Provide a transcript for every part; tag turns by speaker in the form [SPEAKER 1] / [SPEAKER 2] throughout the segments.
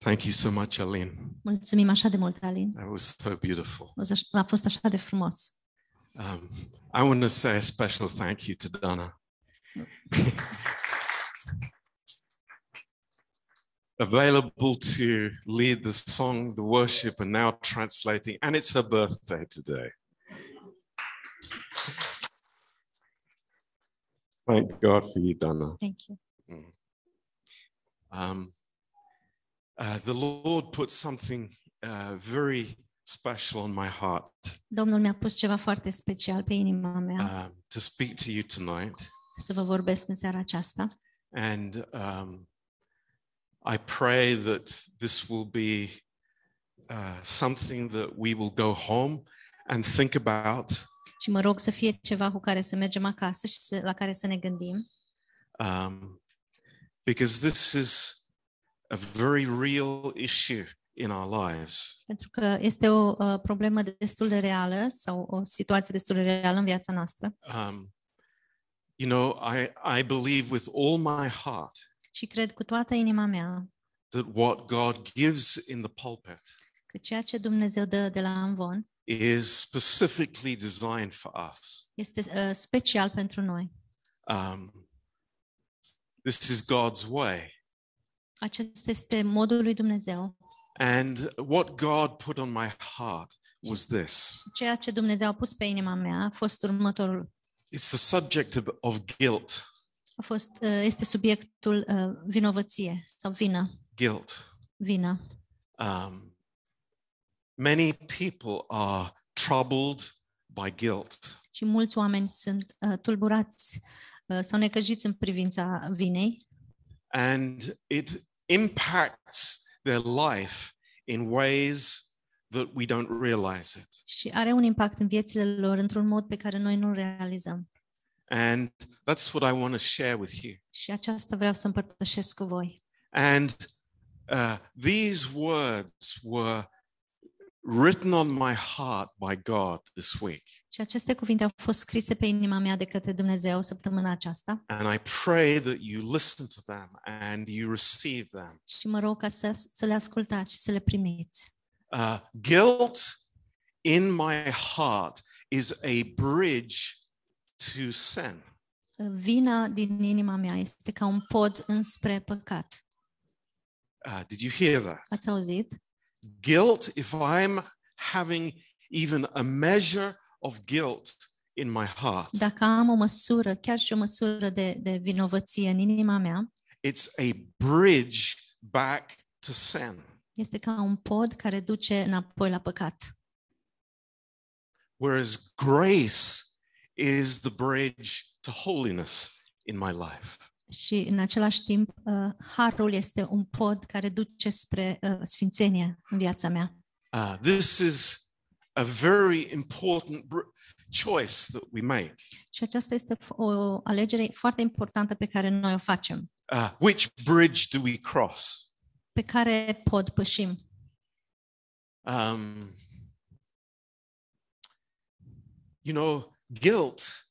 [SPEAKER 1] Thank you so much, Aline.
[SPEAKER 2] Mulțumim așa de mult, Alin.
[SPEAKER 1] That was so beautiful.
[SPEAKER 2] O să- A fost așa de frumos.
[SPEAKER 1] Um, I want to say a special thank you to Donna. Available to lead the song, the worship, and now translating. And it's her birthday today. Thank God for you, Donna.
[SPEAKER 2] Thank you.
[SPEAKER 1] Um, uh, the Lord put something uh, very special on my heart
[SPEAKER 2] Domnul mi-a pus ceva foarte special pe inima mea
[SPEAKER 1] um, to speak to you tonight.
[SPEAKER 2] să vă vorbesc în seara aceasta
[SPEAKER 1] And um, I pray that this will be uh, something that we will go home and think about
[SPEAKER 2] și mă rog să fie ceva cu care să mergem acasă și să, la care să ne gândim,
[SPEAKER 1] um, because this is a very real issue in our lives.
[SPEAKER 2] pentru că este o uh, problemă destul de reală sau o situație destul de reală în viața noastră
[SPEAKER 1] Um, you know, I, I believe with all my heart
[SPEAKER 2] și cred cu toată inima mea
[SPEAKER 1] that what God gives in the pulpit
[SPEAKER 2] că ceea ce Dumnezeu dă de la Amvon
[SPEAKER 1] is specifically designed for us.
[SPEAKER 2] este uh, special pentru noi.
[SPEAKER 1] Um, this is God's way.
[SPEAKER 2] Acesta este modul lui Dumnezeu.
[SPEAKER 1] And what God put on my heart was this
[SPEAKER 2] Ceea ce Dumnezeu a pus pe inima mea a fost următorul.
[SPEAKER 1] it's the subject of, of guilt.
[SPEAKER 2] A fost, uh, este subiectul uh, vinovăție sau vină.
[SPEAKER 1] Guilt.
[SPEAKER 2] Vină.
[SPEAKER 1] Um, many people are troubled by guilt.
[SPEAKER 2] Și mulți oameni sunt uh, tulburați uh, sau necăjiți în privința vinei
[SPEAKER 1] and it impacts their life in ways that we don't realize it.
[SPEAKER 2] și are un impact în viețile lor într-un mod pe care noi nu-l realizăm.
[SPEAKER 1] And that's what I want to share with you.
[SPEAKER 2] Și aceasta vreau să împărtășesc cu voi.
[SPEAKER 1] And uh, these words were written on my heart by God this week.
[SPEAKER 2] Și aceste cuvinte au fost scrise pe inima mea de către Dumnezeu săptămâna aceasta
[SPEAKER 1] And I pray that you listen to them and you receive them.
[SPEAKER 2] și mă rog ca să, să le ascultați și să le primiți.
[SPEAKER 1] Uh, guilt in my heart is a bridge to sin.
[SPEAKER 2] Vina din inima mea este ca un pod înspre păcat.
[SPEAKER 1] Uh, did you hear that?
[SPEAKER 2] Ați auzit?
[SPEAKER 1] guilt, if I'm having even a measure of guilt in my heart,
[SPEAKER 2] Dacă am o măsură, chiar și o măsură de, de vinovăție în inima mea,
[SPEAKER 1] it's a bridge back to sin.
[SPEAKER 2] este ca un pod care duce înapoi la păcat.
[SPEAKER 1] Whereas grace is the bridge to holiness in my life.
[SPEAKER 2] Și în același timp, uh, harul este un pod care duce spre uh, sfințenie în viața mea.
[SPEAKER 1] Uh, this is a very important br- choice that we make,
[SPEAKER 2] Și aceasta este f- o alegere foarte importantă pe care noi o facem.
[SPEAKER 1] Uh, which bridge do we cross?
[SPEAKER 2] Pe care pod pășim?
[SPEAKER 1] um, you know, guilt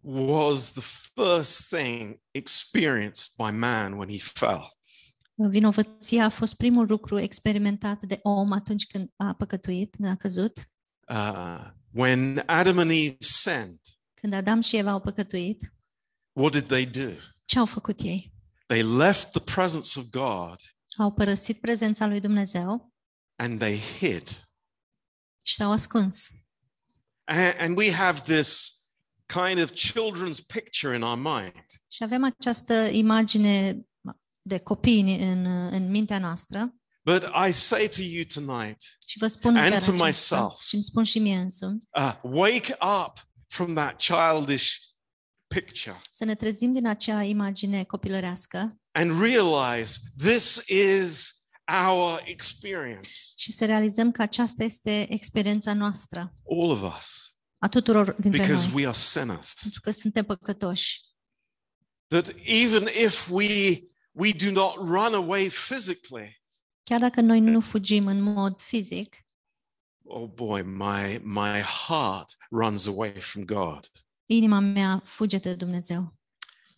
[SPEAKER 1] was the first thing experienced by man when he fell.
[SPEAKER 2] Vinovăția a fost primul lucru experimentat de om atunci când a păcătuit, când a căzut.
[SPEAKER 1] Uh, when Adam and Eve sinned,
[SPEAKER 2] Când Adam și Eva au păcătuit,
[SPEAKER 1] what did they do?
[SPEAKER 2] ce au făcut ei?
[SPEAKER 1] They left the presence of God
[SPEAKER 2] Au părăsit prezența lui Dumnezeu
[SPEAKER 1] and they hid.
[SPEAKER 2] și s-au ascuns.
[SPEAKER 1] A- And, we have this kind of children's picture in our mind.
[SPEAKER 2] Și avem această imagine de copii în, în, în mintea noastră
[SPEAKER 1] But I say to you tonight
[SPEAKER 2] și vă spun în
[SPEAKER 1] And
[SPEAKER 2] seara
[SPEAKER 1] to
[SPEAKER 2] aceasta
[SPEAKER 1] myself.
[SPEAKER 2] și îmi spun și mie însumi,
[SPEAKER 1] uh, wake up from that childish picture.
[SPEAKER 2] să ne trezim din acea imagine copilărească
[SPEAKER 1] and realize this is our experience,
[SPEAKER 2] și să realizăm că aceasta este experiența noastră
[SPEAKER 1] all of us,
[SPEAKER 2] a tuturor dintre
[SPEAKER 1] because
[SPEAKER 2] noi,
[SPEAKER 1] we are sinners.
[SPEAKER 2] pentru că suntem păcătoși.
[SPEAKER 1] That even if we we do not run away physically,
[SPEAKER 2] Chiar dacă noi nu fugim în mod fizic,
[SPEAKER 1] oh boy, my my heart runs away from God.
[SPEAKER 2] inima mea fuge de Dumnezeu.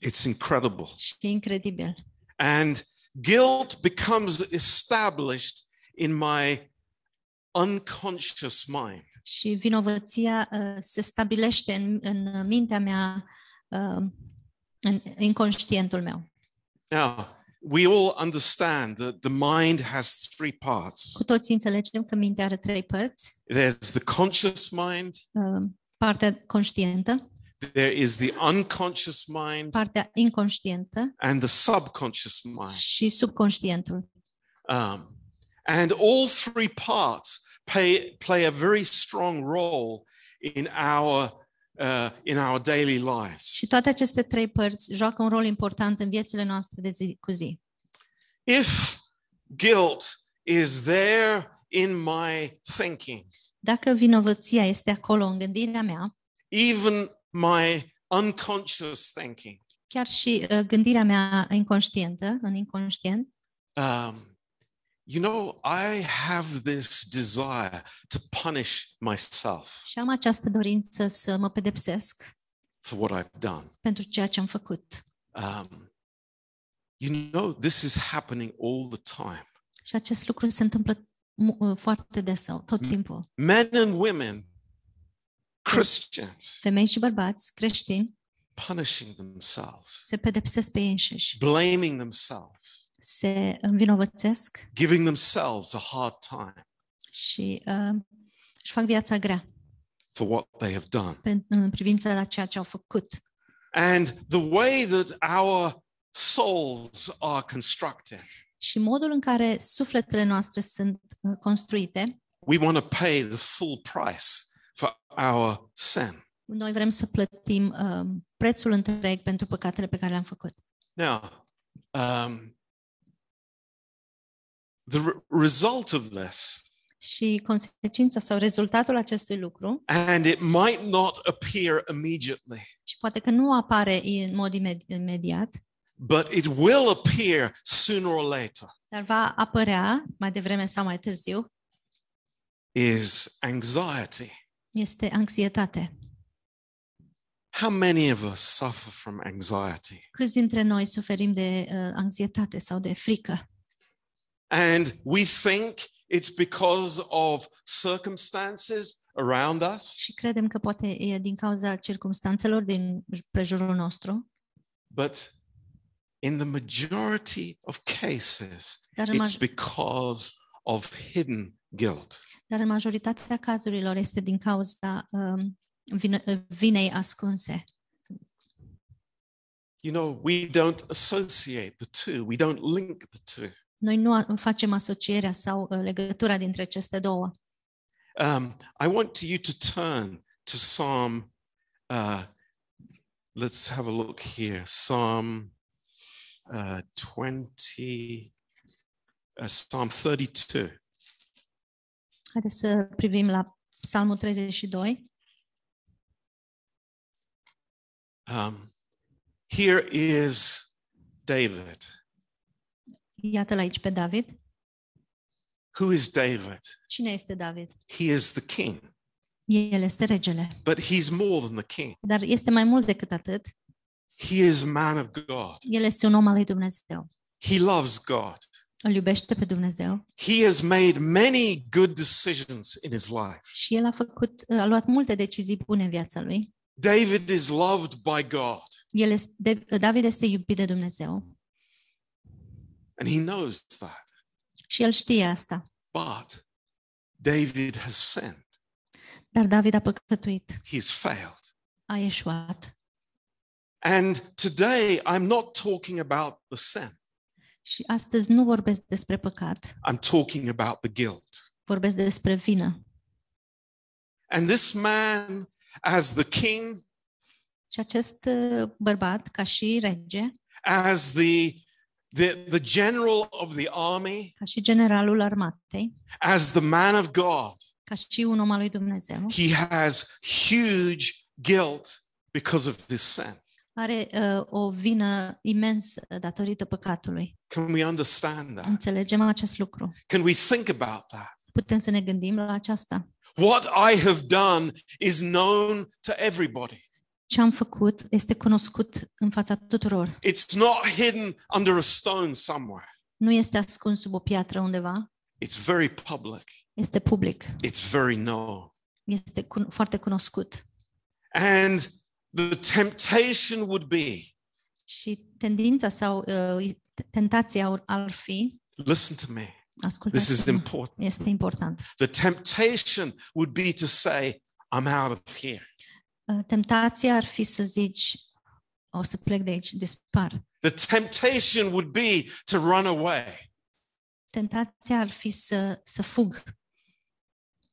[SPEAKER 1] It's incredible.
[SPEAKER 2] Și e incredibil.
[SPEAKER 1] And guilt becomes established in my unconscious mind.
[SPEAKER 2] și vinovăția uh, se stabilește în, în mintea mea, uh, în inconștientul meu.
[SPEAKER 1] Now, we all understand that the mind has three parts
[SPEAKER 2] Cu toții înțelegem că mintea are trei părți.
[SPEAKER 1] there's the conscious mind,
[SPEAKER 2] uh, Partea conștientă,
[SPEAKER 1] there is the unconscious mind,
[SPEAKER 2] partea inconștientă
[SPEAKER 1] and the subconscious mind.
[SPEAKER 2] și subconștientul.
[SPEAKER 1] Um, and all three parts pay, play a very strong role in our, uh, in our daily lives.
[SPEAKER 2] Și toate aceste trei părți joacă un rol important în viețile noastre de zi cu zi.
[SPEAKER 1] If guilt is there in my thinking,
[SPEAKER 2] Dacă vinovăția este acolo în gândirea mea,
[SPEAKER 1] even my unconscious thinking,
[SPEAKER 2] chiar și uh, gândirea mea inconștientă, în inconștient,
[SPEAKER 1] um, you know, I have this desire to punish myself
[SPEAKER 2] și am această dorință să mă pedepsesc
[SPEAKER 1] for what I've done.
[SPEAKER 2] pentru ceea ce am făcut.
[SPEAKER 1] Um, you know, this is happening all the time.
[SPEAKER 2] Și acest lucru se întâmplă mu- uh, foarte des, sau tot
[SPEAKER 1] Mm.
[SPEAKER 2] timpul.
[SPEAKER 1] Men and women, Christians,
[SPEAKER 2] Femei și bărbați creștini
[SPEAKER 1] punishing themselves,
[SPEAKER 2] se pedepsesc pe ei înșiși,
[SPEAKER 1] blaming themselves,
[SPEAKER 2] se învinovățesc
[SPEAKER 1] giving themselves a hard time
[SPEAKER 2] și uh, își fac viața grea
[SPEAKER 1] for what they have done.
[SPEAKER 2] pe- în privința la ceea ce au făcut.
[SPEAKER 1] And the way that our souls are constructed,
[SPEAKER 2] Și modul în care sufletele noastre sunt uh, construite,
[SPEAKER 1] we want to pay the full price for our sin.
[SPEAKER 2] noi vrem să plătim uh, prețul întreg pentru păcatele pe care le-am făcut.
[SPEAKER 1] Now, um, the re- result of this,
[SPEAKER 2] Și consecința sau rezultatul acestui lucru,
[SPEAKER 1] and it might not appear immediately,
[SPEAKER 2] și poate că nu apare în mod imed- imediat,
[SPEAKER 1] but it will appear sooner or later,
[SPEAKER 2] dar va apărea mai devreme sau mai târziu,
[SPEAKER 1] is anxiety.
[SPEAKER 2] este anxietate.
[SPEAKER 1] How many of us suffer from anxiety?
[SPEAKER 2] Câți dintre noi suferim de uh, anxietate sau de frică?
[SPEAKER 1] And we think it's because of circumstances around us,
[SPEAKER 2] Și credem că poate e din cauza circumstanțelor din j- prejurul nostru,
[SPEAKER 1] but in the majority of cases,
[SPEAKER 2] dar în,
[SPEAKER 1] it's
[SPEAKER 2] maj-
[SPEAKER 1] because of hidden guilt.
[SPEAKER 2] dar în majoritatea cazurilor este din cauza um, vine- vinei ascunse.
[SPEAKER 1] You know, we don't associate the two, we don't link the two.
[SPEAKER 2] Noi nu a- facem asocierea sau uh, legătura dintre aceste două.
[SPEAKER 1] Um, I want you to turn to Psalm, uh, let's have a look here, Psalm uh, 20, uh, Psalm 32.
[SPEAKER 2] Haideți să privim la Psalmul 32.
[SPEAKER 1] Um, here is David.
[SPEAKER 2] Iată-l aici pe David.
[SPEAKER 1] Who is David?
[SPEAKER 2] Cine este David?
[SPEAKER 1] He is the king,
[SPEAKER 2] El este regele,
[SPEAKER 1] but he's more than the king.
[SPEAKER 2] dar este mai mult decât atât.
[SPEAKER 1] He is man of God.
[SPEAKER 2] El este un om al lui Dumnezeu.
[SPEAKER 1] He loves God.
[SPEAKER 2] Îl iubește pe Dumnezeu
[SPEAKER 1] He has made many good decisions in his life.
[SPEAKER 2] și el a făcut a luat multe decizii bune în viața lui.
[SPEAKER 1] David is loved by God,
[SPEAKER 2] El este, de- David este iubit de Dumnezeu
[SPEAKER 1] and he knows that.
[SPEAKER 2] și el știe asta.
[SPEAKER 1] But David has sinned.
[SPEAKER 2] Dar David a păcătuit,
[SPEAKER 1] He's failed.
[SPEAKER 2] a eșuat.
[SPEAKER 1] And today, I'm not talking about the sin,
[SPEAKER 2] Și astăzi nu vorbesc despre păcat,
[SPEAKER 1] I'm talking about the guilt.
[SPEAKER 2] vorbesc despre vină.
[SPEAKER 1] And this man, as the king,
[SPEAKER 2] Și acest uh, bărbat, ca și rege,
[SPEAKER 1] as the, the, the general of the army,
[SPEAKER 2] ca și generalul armatei,
[SPEAKER 1] as the man of God,
[SPEAKER 2] ca și un om al lui Dumnezeu,
[SPEAKER 1] he has huge guilt because of his sin.
[SPEAKER 2] are uh, o vină imensă datorită păcatului.
[SPEAKER 1] Can we understand that?
[SPEAKER 2] Înțelegem acest lucru.
[SPEAKER 1] Can we think about that?
[SPEAKER 2] Putem să ne gândim la aceasta.
[SPEAKER 1] What I have done is known to everybody.
[SPEAKER 2] Ce am făcut este cunoscut în fața tuturor.
[SPEAKER 1] It's not hidden under a stone somewhere.
[SPEAKER 2] nu este ascuns sub o piatră undeva,
[SPEAKER 1] It's very public,
[SPEAKER 2] este public,
[SPEAKER 1] it's very known.
[SPEAKER 2] este cun- foarte cunoscut.
[SPEAKER 1] And the temptation would be
[SPEAKER 2] Și tendința sau uh, tentația ar- ar fi,
[SPEAKER 1] listen to me, this is
[SPEAKER 2] ascultați
[SPEAKER 1] important.
[SPEAKER 2] este important.
[SPEAKER 1] The temptation would be to say, I'm out of here.
[SPEAKER 2] Uh, Tentația ar fi să zici, o să plec de aici, dispar.
[SPEAKER 1] The temptation would be to run away.
[SPEAKER 2] Tentația ar fi să, să fug.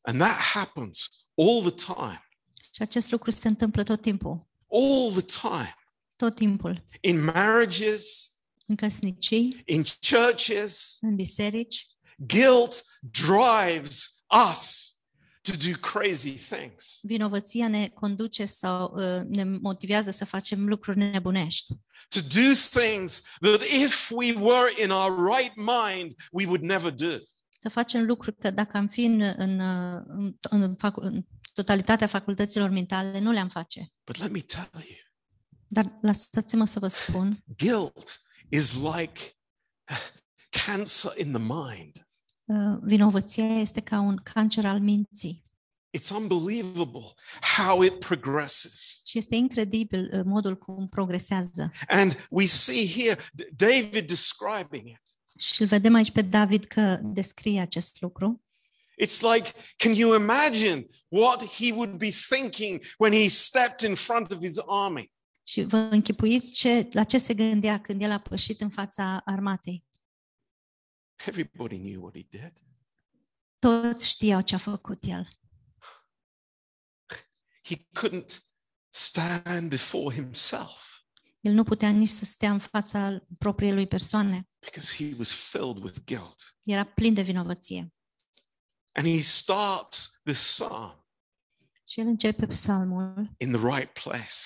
[SPEAKER 1] And that happens all the time,
[SPEAKER 2] Și acest lucru se întâmplă tot timpul.
[SPEAKER 1] all the time
[SPEAKER 2] Tot timpul.
[SPEAKER 1] in marriages,
[SPEAKER 2] În căsnicii,
[SPEAKER 1] in churches.
[SPEAKER 2] în biserici,
[SPEAKER 1] Guilt drives us to do crazy things.
[SPEAKER 2] vinovăția ne conduce sau uh, ne motivează să facem lucruri nebunești.
[SPEAKER 1] to do things that if we were in our right mind, we would never do.
[SPEAKER 2] Să facem lucruri că dacă am fi în, în, uh, în, în, facu- în totalitatea facultăților mentale, nu le-am face.
[SPEAKER 1] But let me tell you,
[SPEAKER 2] Dar lăsați-mă să vă spun,
[SPEAKER 1] guilt is like cancer in the mind.
[SPEAKER 2] uh, vinovăția este ca un cancer al minții.
[SPEAKER 1] It's unbelievable how it progresses.
[SPEAKER 2] Și este incredibil uh, modul cum progresează.
[SPEAKER 1] And we see here D- David describing it.
[SPEAKER 2] Și îl vedem aici pe David că descrie acest lucru.
[SPEAKER 1] It's like, can you imagine what he would be thinking when he stepped in front of his army?
[SPEAKER 2] Și vă închipuiți ce, la ce se gândea când el a pășit în fața armatei.
[SPEAKER 1] Everybody knew what he did.
[SPEAKER 2] Toți știau ce a făcut el.
[SPEAKER 1] He couldn't stand before himself.
[SPEAKER 2] El nu putea nici să stea în fața propriei lui persoane.
[SPEAKER 1] because he was filled with guilt.
[SPEAKER 2] Era plin de vinovăție.
[SPEAKER 1] And he starts this psalm
[SPEAKER 2] Și el începe psalmul
[SPEAKER 1] in the right place.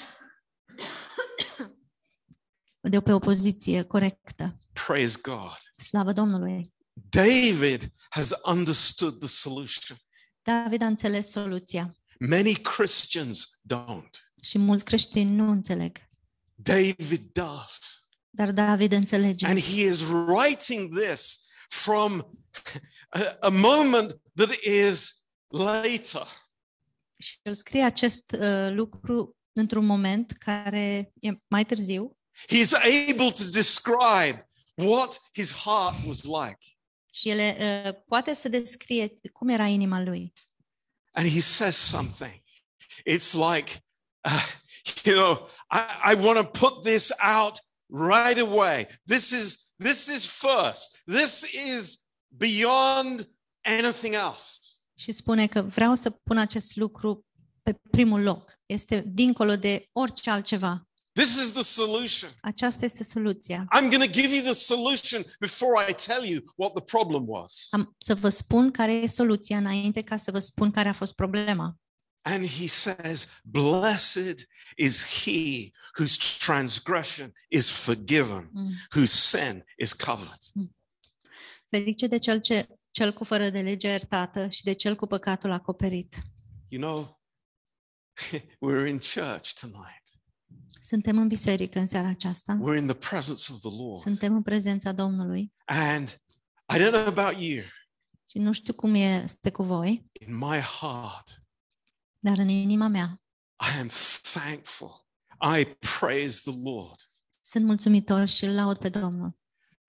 [SPEAKER 2] de pe o poziție corectă.
[SPEAKER 1] Praise God.
[SPEAKER 2] Slavă Domnului!
[SPEAKER 1] David has understood the solution.
[SPEAKER 2] David a înțeles soluția
[SPEAKER 1] Many Christians don't.
[SPEAKER 2] și mulți creștini nu înțeleg.
[SPEAKER 1] David does.
[SPEAKER 2] Dar David înțelege.
[SPEAKER 1] And he is writing this from a, a moment that is later.
[SPEAKER 2] Și el scrie acest uh, lucru într-un moment care e mai târziu
[SPEAKER 1] He's able to describe what his heart was like.
[SPEAKER 2] și ele uh, poate să descrie cum era inima lui.
[SPEAKER 1] and he says something. It's like, uh, you know, I, I want to put this out right away. This is this is first. This is beyond anything else.
[SPEAKER 2] Și spune că vreau să pun acest lucru pe primul loc. Este dincolo de orice altceva.
[SPEAKER 1] This is the solution.
[SPEAKER 2] Aceasta este soluția.
[SPEAKER 1] I'm going to give you the solution before I tell you what the problem was.
[SPEAKER 2] Am să vă spun care e soluția înainte ca să vă spun care a fost problema.
[SPEAKER 1] And he says, "Blessed is he whose transgression is forgiven,
[SPEAKER 2] Mm.
[SPEAKER 1] whose sin is covered."
[SPEAKER 2] Ferice de cel ce cel cu fără de lege iertată și de cel cu păcatul acoperit.
[SPEAKER 1] You know, we're in church tonight.
[SPEAKER 2] Suntem în biserică în seara aceasta.
[SPEAKER 1] We're in the presence of the Lord.
[SPEAKER 2] Suntem în prezența Domnului.
[SPEAKER 1] And I don't know about you,
[SPEAKER 2] Și nu știu cum este cu voi,
[SPEAKER 1] in my heart,
[SPEAKER 2] dar în inima mea
[SPEAKER 1] I am thankful. I praise the Lord
[SPEAKER 2] sunt mulțumitor și îl laud pe Domnul.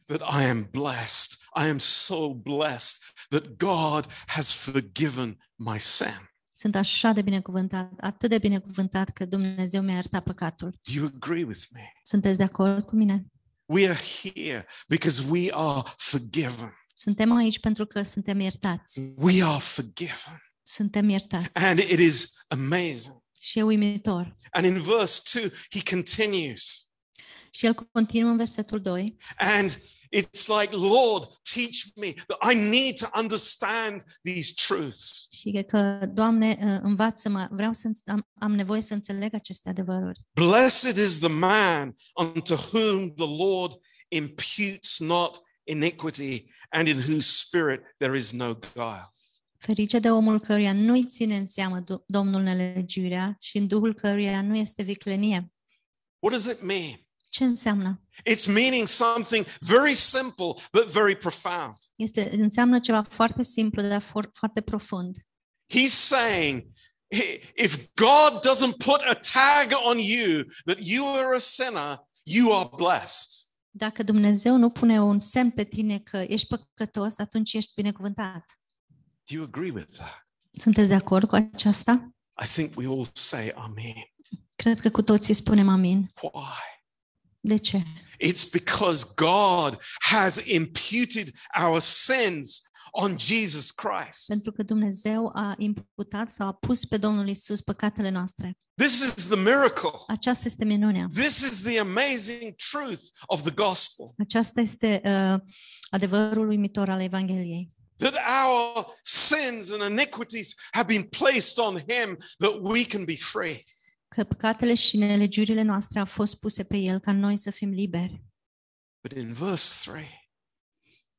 [SPEAKER 1] that I am blessed. I am so blessed that God has forgiven my sin.
[SPEAKER 2] Sunt așa de binecuvântat, atât de binecuvântat că Dumnezeu mi-a iertat păcatul.
[SPEAKER 1] Do you agree with me?
[SPEAKER 2] Sunteți de acord cu mine?
[SPEAKER 1] We are here because we are forgiven.
[SPEAKER 2] Suntem aici pentru că suntem iertați.
[SPEAKER 1] We are forgiven.
[SPEAKER 2] Suntem iertați.
[SPEAKER 1] And it is amazing.
[SPEAKER 2] Și e uimitor.
[SPEAKER 1] And in verse 2, he continues.
[SPEAKER 2] Și el continuă în versetul 2.
[SPEAKER 1] And it's like, Lord, teach me that I need to understand these truths.
[SPEAKER 2] Și e că, Doamne, uh, învață-mă, vreau să înț- am, am nevoie să înțeleg aceste adevăruri.
[SPEAKER 1] Blessed is the man unto whom the Lord imputes not iniquity and in whose spirit there is no guile.
[SPEAKER 2] Ferice de omul căruia nu-i ține în seamă Do- Domnul nelegiuirea și în Duhul căruia nu este viclenie.
[SPEAKER 1] What does it mean?
[SPEAKER 2] Ce înseamnă?
[SPEAKER 1] It's meaning something very simple but very profound.
[SPEAKER 2] Este, înseamnă ceva foarte simplu, dar for, foarte profund.
[SPEAKER 1] He's saying, "I- if God doesn't put a tag on you that you are a sinner, you are blessed.
[SPEAKER 2] Dacă Dumnezeu nu pune un semn pe tine că ești păcătos, atunci ești binecuvântat.
[SPEAKER 1] Do you agree with that?
[SPEAKER 2] Sunteți de acord cu aceasta?
[SPEAKER 1] I think we all say, Amen.
[SPEAKER 2] Cred că cu toții spunem amin.
[SPEAKER 1] Why?
[SPEAKER 2] De ce?
[SPEAKER 1] It's because God has imputed our sins on Jesus Christ.
[SPEAKER 2] Pentru că Dumnezeu a imputat sau a pus pe Domnul Isus păcatele noastre.
[SPEAKER 1] This is the miracle.
[SPEAKER 2] Aceasta este minunea.
[SPEAKER 1] This is the amazing truth of the gospel
[SPEAKER 2] Aceasta este uh, adevărul uimitor al Evangheliei.
[SPEAKER 1] that our sins and iniquities have been placed on him that we can be free.
[SPEAKER 2] Că păcatele și nelegiurile noastre au fost puse pe El ca noi să fim liberi.
[SPEAKER 1] But in verse 3,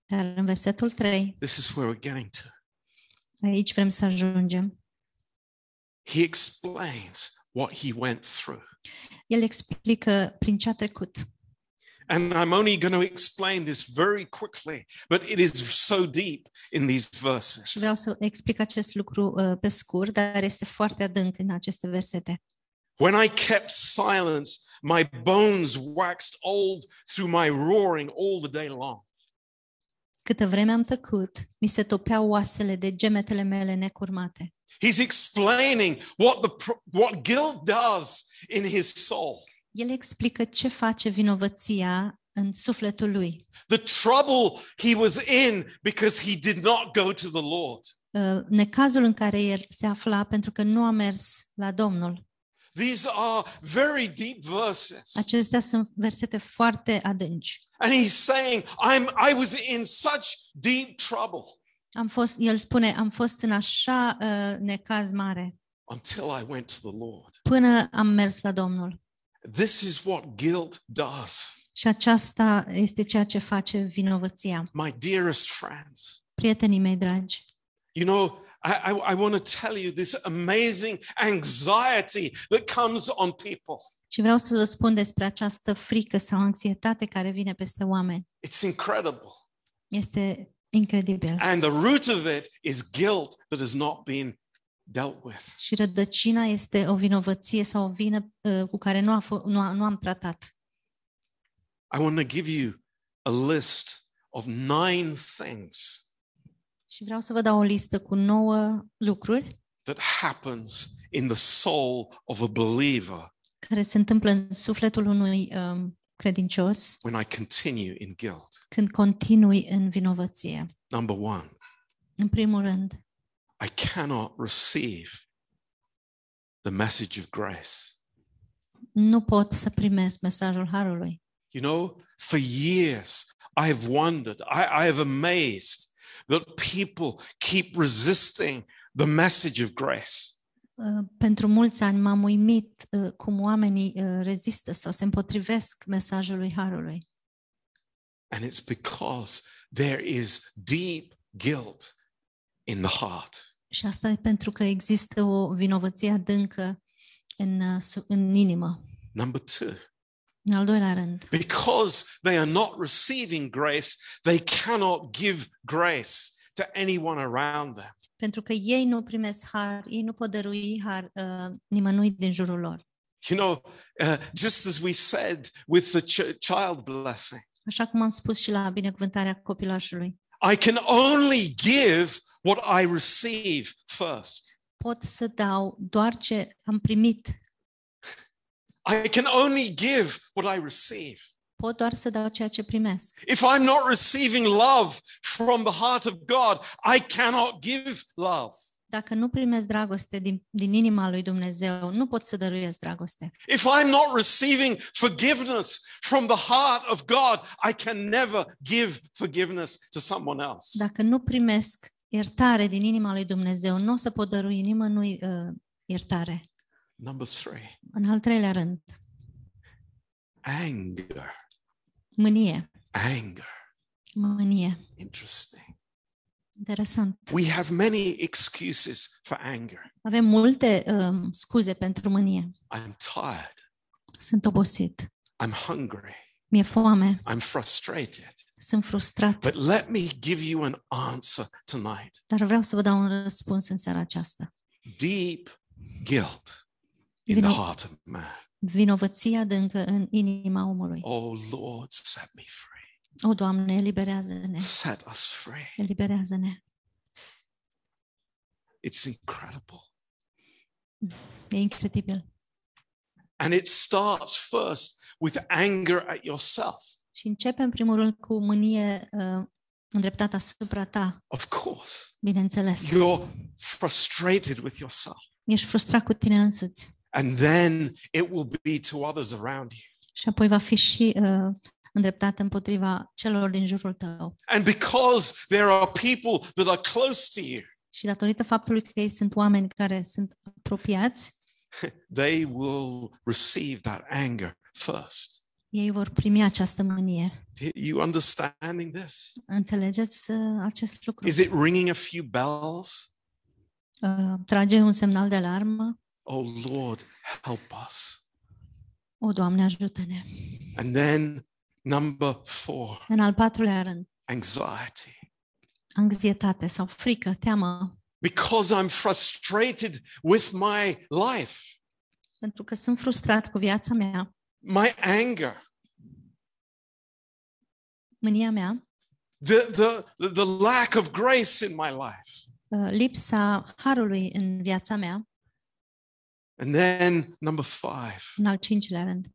[SPEAKER 2] Dar în versetul 3,
[SPEAKER 1] this is where we're getting to.
[SPEAKER 2] aici vrem să ajungem.
[SPEAKER 1] He explains what he went through.
[SPEAKER 2] El explică prin ce a trecut.
[SPEAKER 1] And I'm only going to explain this very quickly, but it is so deep in these
[SPEAKER 2] Și
[SPEAKER 1] verses.
[SPEAKER 2] vreau să explic acest lucru uh, pe scurt, dar este foarte adânc în aceste versete.
[SPEAKER 1] When I kept silence, my bones waxed old through my roaring all the day long.
[SPEAKER 2] Câtă vreme am tăcut, mi se topeau oasele de gemetele mele necurmate.
[SPEAKER 1] He's explaining what the pro- what guilt does in his soul.
[SPEAKER 2] El explică ce face vinovăția în sufletul lui.
[SPEAKER 1] The trouble he was in because he did not go to the Lord.
[SPEAKER 2] Uh, Necazul în care el se afla pentru că nu a mers la Domnul.
[SPEAKER 1] These are very deep verses.
[SPEAKER 2] Acestea sunt versete foarte adânci.
[SPEAKER 1] And he's saying, I'm I was in such deep trouble
[SPEAKER 2] Am fost, el spune, am fost în așa uh, necaz mare
[SPEAKER 1] until I went to the Lord.
[SPEAKER 2] până am mers la Domnul.
[SPEAKER 1] This is what guilt does.
[SPEAKER 2] Și aceasta este ceea ce face vinovăția.
[SPEAKER 1] My dearest friends,
[SPEAKER 2] Prietenii mei dragi,
[SPEAKER 1] You know, I, I, want to tell you this amazing anxiety that comes on people.
[SPEAKER 2] și vreau să vă spun despre această frică sau anxietate care vine peste oameni.
[SPEAKER 1] It's incredible.
[SPEAKER 2] Este incredibil.
[SPEAKER 1] And the root of it is guilt that has not been dealt with.
[SPEAKER 2] Și rădăcina este o vinovăție sau o vină uh, cu care nu, a fo- nu, a, nu am tratat.
[SPEAKER 1] I want to give you a list of nine things
[SPEAKER 2] Și vreau să vă dau o listă cu nouă lucruri
[SPEAKER 1] that happens in the soul of a believer
[SPEAKER 2] care se întâmplă în sufletul unui um, credincios
[SPEAKER 1] when I continue in guilt.
[SPEAKER 2] când continui în vinovăție.
[SPEAKER 1] Number one,
[SPEAKER 2] În primul rând,
[SPEAKER 1] I cannot receive the message of grace.
[SPEAKER 2] nu pot să primesc mesajul harului.
[SPEAKER 1] You know, for years I have wondered, I, I have amazed that people keep resisting the message of grace.
[SPEAKER 2] Uh, Pentru mulți ani m-am uimit uh, cum oamenii uh, rezistă sau se împotrivesc mesajului harului.
[SPEAKER 1] And it's because there is deep guilt in the heart.
[SPEAKER 2] Și asta e pentru că există o vinovăție adâncă în, uh, su- în inimă.
[SPEAKER 1] Number two,
[SPEAKER 2] În al doilea rând,
[SPEAKER 1] because they are not receiving grace, they cannot give grace to anyone around them.
[SPEAKER 2] pentru că ei nu primesc har, ei nu pot dărui har uh, nimănui din jurul lor.
[SPEAKER 1] You know, uh, just as we said with the ch- child blessing.
[SPEAKER 2] Așa cum am spus și la binecuvântarea copilașului.
[SPEAKER 1] I can only give what I receive first.
[SPEAKER 2] Pot să dau doar ce am primit.
[SPEAKER 1] I can only give what I receive.
[SPEAKER 2] Pot doar să dau ceea ce primesc.
[SPEAKER 1] If I'm not receiving love from the heart of God, I cannot give love.
[SPEAKER 2] Dacă nu primesc dragoste din, din inima lui Dumnezeu, nu pot să dăruiesc dragoste.
[SPEAKER 1] If I'm not receiving forgiveness from the heart of God, I can never give forgiveness to someone else.
[SPEAKER 2] Dacă nu primesc iertare din inima lui Dumnezeu, nu o să pot dărui nimănui uh, iertare.
[SPEAKER 1] Number three,
[SPEAKER 2] În al treilea rând,
[SPEAKER 1] anger.
[SPEAKER 2] mânie.
[SPEAKER 1] Anger.
[SPEAKER 2] Mânie.
[SPEAKER 1] Interesting.
[SPEAKER 2] Interesant.
[SPEAKER 1] We have many excuses for anger.
[SPEAKER 2] Avem multe um, scuze pentru mânie.
[SPEAKER 1] I'm tired.
[SPEAKER 2] Sunt obosit.
[SPEAKER 1] I'm hungry.
[SPEAKER 2] Mi-e foame,
[SPEAKER 1] I'm frustrated.
[SPEAKER 2] sunt frustrat,
[SPEAKER 1] But let me give you an answer tonight.
[SPEAKER 2] dar vreau să vă dau un răspuns în seara aceasta.
[SPEAKER 1] Deep guilt in the
[SPEAKER 2] Vino-
[SPEAKER 1] heart of man.
[SPEAKER 2] Vinovăția dâncă în inima omului.
[SPEAKER 1] Oh Lord, set me free.
[SPEAKER 2] O, Doamne, eliberează-ne,
[SPEAKER 1] Set us free.
[SPEAKER 2] eliberează-ne.
[SPEAKER 1] It's incredible.
[SPEAKER 2] E incredibil.
[SPEAKER 1] And it starts first with anger at yourself.
[SPEAKER 2] Și începem, în primul rând, cu mânie uh, îndreptată asupra ta,
[SPEAKER 1] Of course,
[SPEAKER 2] bineînțeles.
[SPEAKER 1] you're frustrated with yourself.
[SPEAKER 2] Ești frustrat cu tine însuți.
[SPEAKER 1] And then it will be to others around you.
[SPEAKER 2] Și apoi va fi și uh, îndreptat împotriva celor din jurul tău.
[SPEAKER 1] And because there are people that are close to you,
[SPEAKER 2] Și datorită faptului că ei sunt oameni care sunt apropiați,
[SPEAKER 1] they will receive that anger first.
[SPEAKER 2] ei vor primi această mânie.
[SPEAKER 1] Are You understanding this?
[SPEAKER 2] Înțelegeți uh, acest lucru?
[SPEAKER 1] Is it ringing a few bells?
[SPEAKER 2] Uh, trage un semnal de alarmă?
[SPEAKER 1] Oh Lord, help us.
[SPEAKER 2] O, Doamne, ajută-ne!
[SPEAKER 1] And then number four,
[SPEAKER 2] În al patrulea rând,
[SPEAKER 1] anxiety.
[SPEAKER 2] anxietate sau frică, teamă,
[SPEAKER 1] Because I'm frustrated with my life,
[SPEAKER 2] pentru că sunt frustrat cu viața mea,
[SPEAKER 1] my anger,
[SPEAKER 2] mânia mea,
[SPEAKER 1] the, the, the lack of grace in my life.
[SPEAKER 2] uh, lipsa harului în viața mea,
[SPEAKER 1] And then number five,
[SPEAKER 2] în al cincilea rând,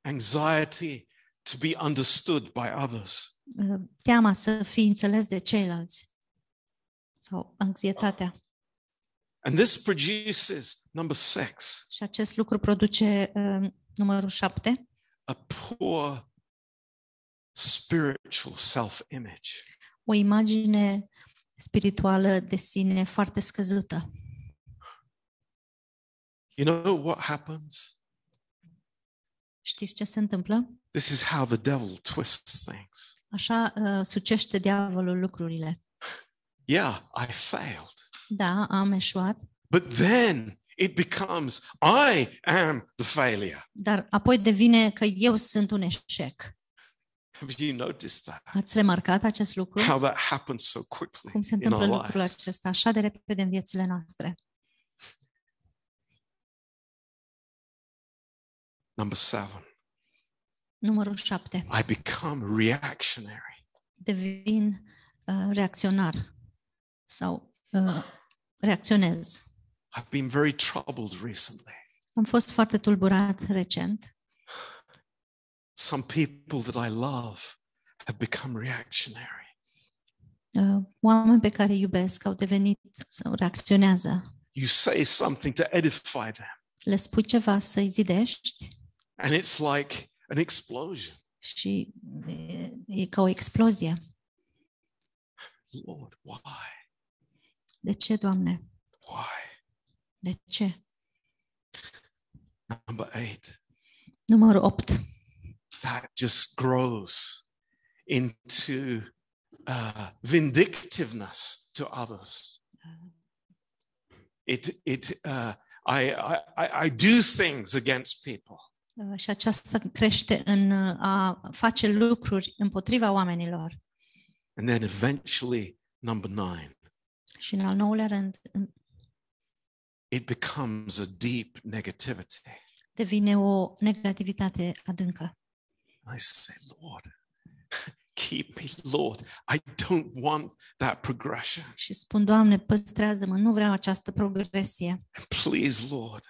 [SPEAKER 1] anxiety to be understood by others.
[SPEAKER 2] uh, teama să fii înțeles de ceilalți sau anxietatea.
[SPEAKER 1] And this produces number six,
[SPEAKER 2] Și acest lucru produce uh, numărul șapte,
[SPEAKER 1] a poor spiritual self image.
[SPEAKER 2] o imagine spirituală de sine foarte scăzută.
[SPEAKER 1] You know what happens?
[SPEAKER 2] Știți ce se întâmplă?
[SPEAKER 1] This is how the devil twists things.
[SPEAKER 2] Așa uh, sucește diavolul lucrurile.
[SPEAKER 1] Yeah, I failed.
[SPEAKER 2] Da, am eșuat,
[SPEAKER 1] But then it becomes I am the failure.
[SPEAKER 2] dar apoi devine că eu sunt un eșec.
[SPEAKER 1] Have you noticed that?
[SPEAKER 2] Ați remarcat acest lucru?
[SPEAKER 1] How that happens so quickly
[SPEAKER 2] Cum se
[SPEAKER 1] in
[SPEAKER 2] întâmplă
[SPEAKER 1] our
[SPEAKER 2] lucrul
[SPEAKER 1] lives.
[SPEAKER 2] acesta așa de repede în viețile noastre?
[SPEAKER 1] Number seven,
[SPEAKER 2] Numărul șapte.
[SPEAKER 1] I become reactionary.
[SPEAKER 2] Devin uh, reacționar sau uh, reacționez.
[SPEAKER 1] I've been very troubled recently.
[SPEAKER 2] Am fost foarte tulburat recent.
[SPEAKER 1] Some people that I love have become reactionary.
[SPEAKER 2] Uh, oameni pe care îi iubesc au devenit sau reacționează.
[SPEAKER 1] You say something to edify them,
[SPEAKER 2] Le spui ceva să-i zidești
[SPEAKER 1] and it's like an explosion.
[SPEAKER 2] și e, e ca o explozie.
[SPEAKER 1] Lord, why?
[SPEAKER 2] De ce, Doamne?
[SPEAKER 1] Why?
[SPEAKER 2] De ce?
[SPEAKER 1] Number eight,
[SPEAKER 2] Numărul 8.
[SPEAKER 1] that just grows into uh, vindictiveness to others. It, it, uh, I, I, I I do things against people.
[SPEAKER 2] Uh, Și aceasta crește în uh, a face lucruri împotriva oamenilor.
[SPEAKER 1] And then eventually, number nine,
[SPEAKER 2] Și în al nouălea rând în-
[SPEAKER 1] it becomes a deep negativity.
[SPEAKER 2] devine o negativitate adâncă.
[SPEAKER 1] I say, Lord, keep me, Lord. I don't want that progression.
[SPEAKER 2] Și spun, Doamne, păstrează-mă, nu vreau această progresie.
[SPEAKER 1] Please, Lord,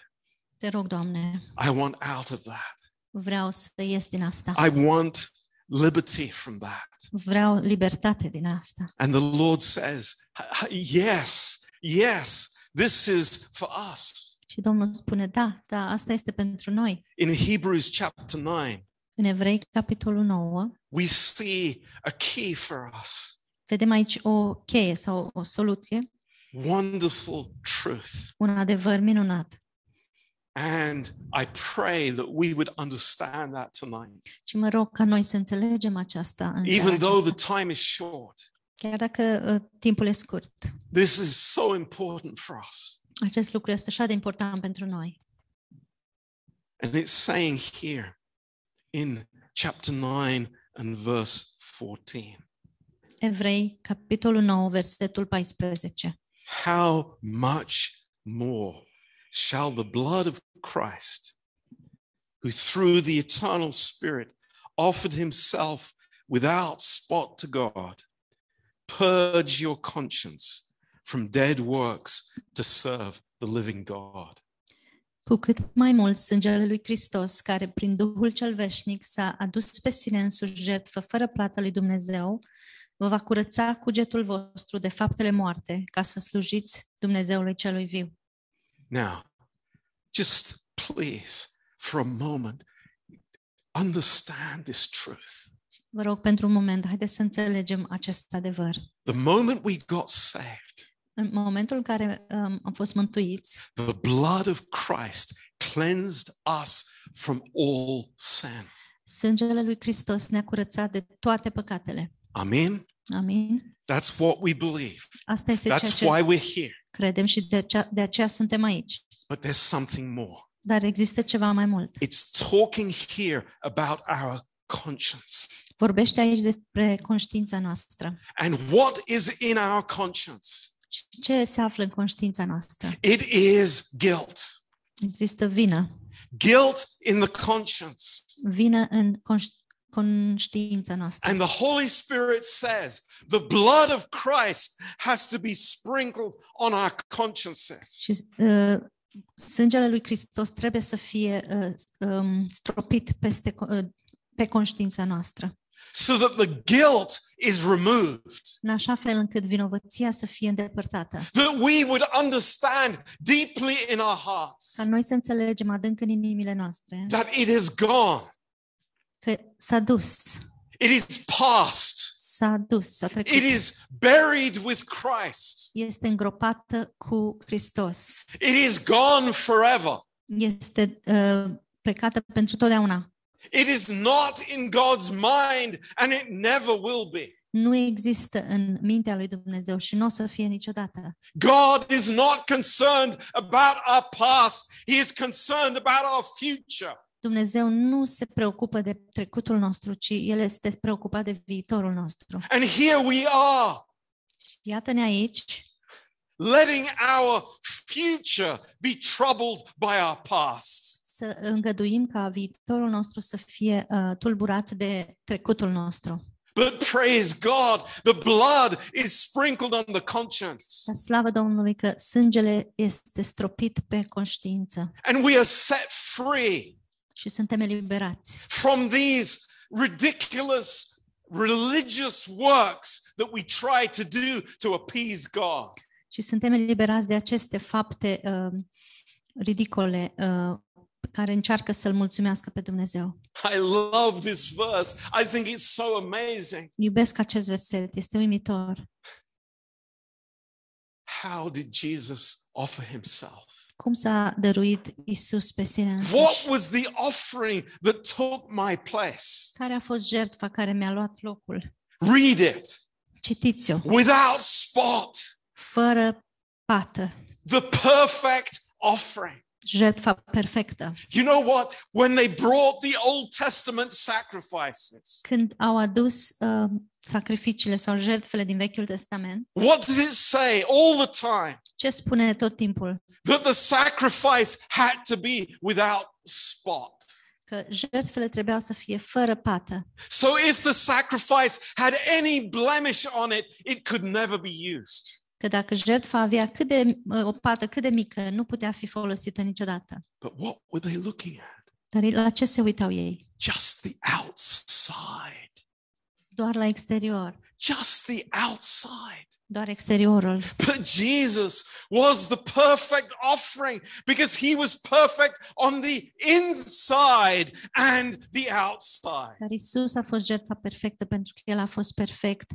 [SPEAKER 2] Te rog, Doamne,
[SPEAKER 1] I want out of that.
[SPEAKER 2] vreau să ies din asta.
[SPEAKER 1] I want liberty from that.
[SPEAKER 2] Vreau libertate din asta.
[SPEAKER 1] And the Lord says, Yes, yes, this is for us.
[SPEAKER 2] Și Domnul spune, da, da, asta este pentru noi.
[SPEAKER 1] In Hebrews chapter 9,
[SPEAKER 2] În Evrei, capitolul 9,
[SPEAKER 1] we see a key for us
[SPEAKER 2] vedem aici o cheie sau o soluție,
[SPEAKER 1] wonderful truth.
[SPEAKER 2] un adevăr minunat.
[SPEAKER 1] And I pray that we would understand that tonight,
[SPEAKER 2] Și mă rog ca noi să înțelegem aceasta. În seara
[SPEAKER 1] even though
[SPEAKER 2] aceasta.
[SPEAKER 1] the time is short.
[SPEAKER 2] Chiar dacă uh, timpul e scurt,
[SPEAKER 1] This is so important for us.
[SPEAKER 2] acest lucru este așa de important pentru noi.
[SPEAKER 1] And it's saying here in chapter 9 and verse 14.
[SPEAKER 2] Evrei, capitolul 9, versetul 14.
[SPEAKER 1] How much more shall the blood of Christ, who through the eternal Spirit offered himself without spot to God, purge your conscience from dead works to serve the living God?
[SPEAKER 2] Cu cât mai mult sângele lui Hristos, care prin Duhul cel veșnic s-a adus pe sine în jertfă fără plată lui Dumnezeu, vă va curăța cugetul vostru de faptele moarte, ca să slujiți Dumnezeului celui viu.
[SPEAKER 1] Now, just please, for a moment, understand this truth.
[SPEAKER 2] Vă rog pentru un moment, haideți să înțelegem acest adevăr.
[SPEAKER 1] The moment we got saved,
[SPEAKER 2] În momentul în care um, am fost mântuiți,
[SPEAKER 1] the blood of Christ cleansed us from all sin.
[SPEAKER 2] sângele lui Hristos ne-a curățat de toate păcatele.
[SPEAKER 1] Amen.
[SPEAKER 2] Amin?
[SPEAKER 1] That's what we believe.
[SPEAKER 2] Asta este ceea
[SPEAKER 1] That's
[SPEAKER 2] ce
[SPEAKER 1] why we're here.
[SPEAKER 2] credem și de, cea, de aceea suntem aici.
[SPEAKER 1] But there's something more.
[SPEAKER 2] Dar există ceva mai mult.
[SPEAKER 1] It's talking here about our conscience.
[SPEAKER 2] Vorbește aici despre conștiința noastră.
[SPEAKER 1] And what is in our conscience?
[SPEAKER 2] Și ce se află în conștiința noastră?
[SPEAKER 1] It is guilt.
[SPEAKER 2] Există vină.
[SPEAKER 1] Guilt in the conscience.
[SPEAKER 2] Vină în conș- conștiința noastră.
[SPEAKER 1] And the Holy Spirit says the blood of Christ has to be sprinkled on our consciences.
[SPEAKER 2] Și uh, sângele lui Hristos trebuie să fie uh, um, stropit peste, co- uh, pe conștiința noastră,
[SPEAKER 1] so that the guilt is removed,
[SPEAKER 2] în așa fel încât vinovăția să fie îndepărtată.
[SPEAKER 1] that we would understand deeply in our hearts
[SPEAKER 2] Ca noi să înțelegem adânc în inimile noastre
[SPEAKER 1] that it is gone,
[SPEAKER 2] că s-a dus,
[SPEAKER 1] it is past,
[SPEAKER 2] s-a dus, s-a trecut.
[SPEAKER 1] it is buried with Christ,
[SPEAKER 2] Este îngropată cu Hristos.
[SPEAKER 1] it is gone forever,
[SPEAKER 2] Este uh, plecată pentru totdeauna.
[SPEAKER 1] it is not in God's mind, and it never will be.
[SPEAKER 2] Nu există în mintea lui Dumnezeu și nu o să fie niciodată.
[SPEAKER 1] God is not concerned about our past, He is concerned about our future.
[SPEAKER 2] Dumnezeu nu se preocupă de trecutul nostru, ci El este preocupat de viitorul nostru.
[SPEAKER 1] And here we are.
[SPEAKER 2] Iată-ne aici,
[SPEAKER 1] letting our future be troubled by our past.
[SPEAKER 2] să îngăduim ca viitorul nostru să fie uh, tulburat de trecutul nostru.
[SPEAKER 1] But praise God, the blood is sprinkled on the conscience,
[SPEAKER 2] Dar slavă Domnului că sângele este stropit pe conștiință
[SPEAKER 1] and we are set free
[SPEAKER 2] și suntem eliberați
[SPEAKER 1] from these ridiculous religious works that we try to do to appease God.
[SPEAKER 2] și suntem eliberați de aceste fapte uh, ridicole uh, care încearcă să-L mulțumească pe Dumnezeu.
[SPEAKER 1] I love this verse. I think it's so amazing.
[SPEAKER 2] Iubesc acest verset, este uimitor.
[SPEAKER 1] How did Jesus offer himself?
[SPEAKER 2] Cum s-a dăruit Isus pe sine însuși?
[SPEAKER 1] What was the offering that took my place?
[SPEAKER 2] Care a fost jertfa care mi-a luat locul?
[SPEAKER 1] Read it.
[SPEAKER 2] Citiți-o,
[SPEAKER 1] without spot,
[SPEAKER 2] fără pată,
[SPEAKER 1] the perfect offering.
[SPEAKER 2] jertfa perfectă.
[SPEAKER 1] You know what? When they brought the Old Testament sacrifices,
[SPEAKER 2] Când au adus uh, sacrificiile sau jertfele din Vechiul Testament,
[SPEAKER 1] what does it say all the time?
[SPEAKER 2] ce spune tot timpul?
[SPEAKER 1] That the sacrifice had to be without spot.
[SPEAKER 2] Că jertfele trebuiau să fie fără pată.
[SPEAKER 1] So if the sacrifice had any blemish on it, it could never be used.
[SPEAKER 2] Că dacă jertfa avea cât de, o pată cât de mică, nu putea fi folosită niciodată.
[SPEAKER 1] But what were they looking at?
[SPEAKER 2] Dar la ce se uitau ei?
[SPEAKER 1] Just the outside.
[SPEAKER 2] Doar la exterior,
[SPEAKER 1] Just the outside.
[SPEAKER 2] doar exteriorul.
[SPEAKER 1] But Jesus was the perfect offering because he was perfect on the inside and the outside.
[SPEAKER 2] Dar Isus a fost jertfa perfectă pentru că El a fost perfect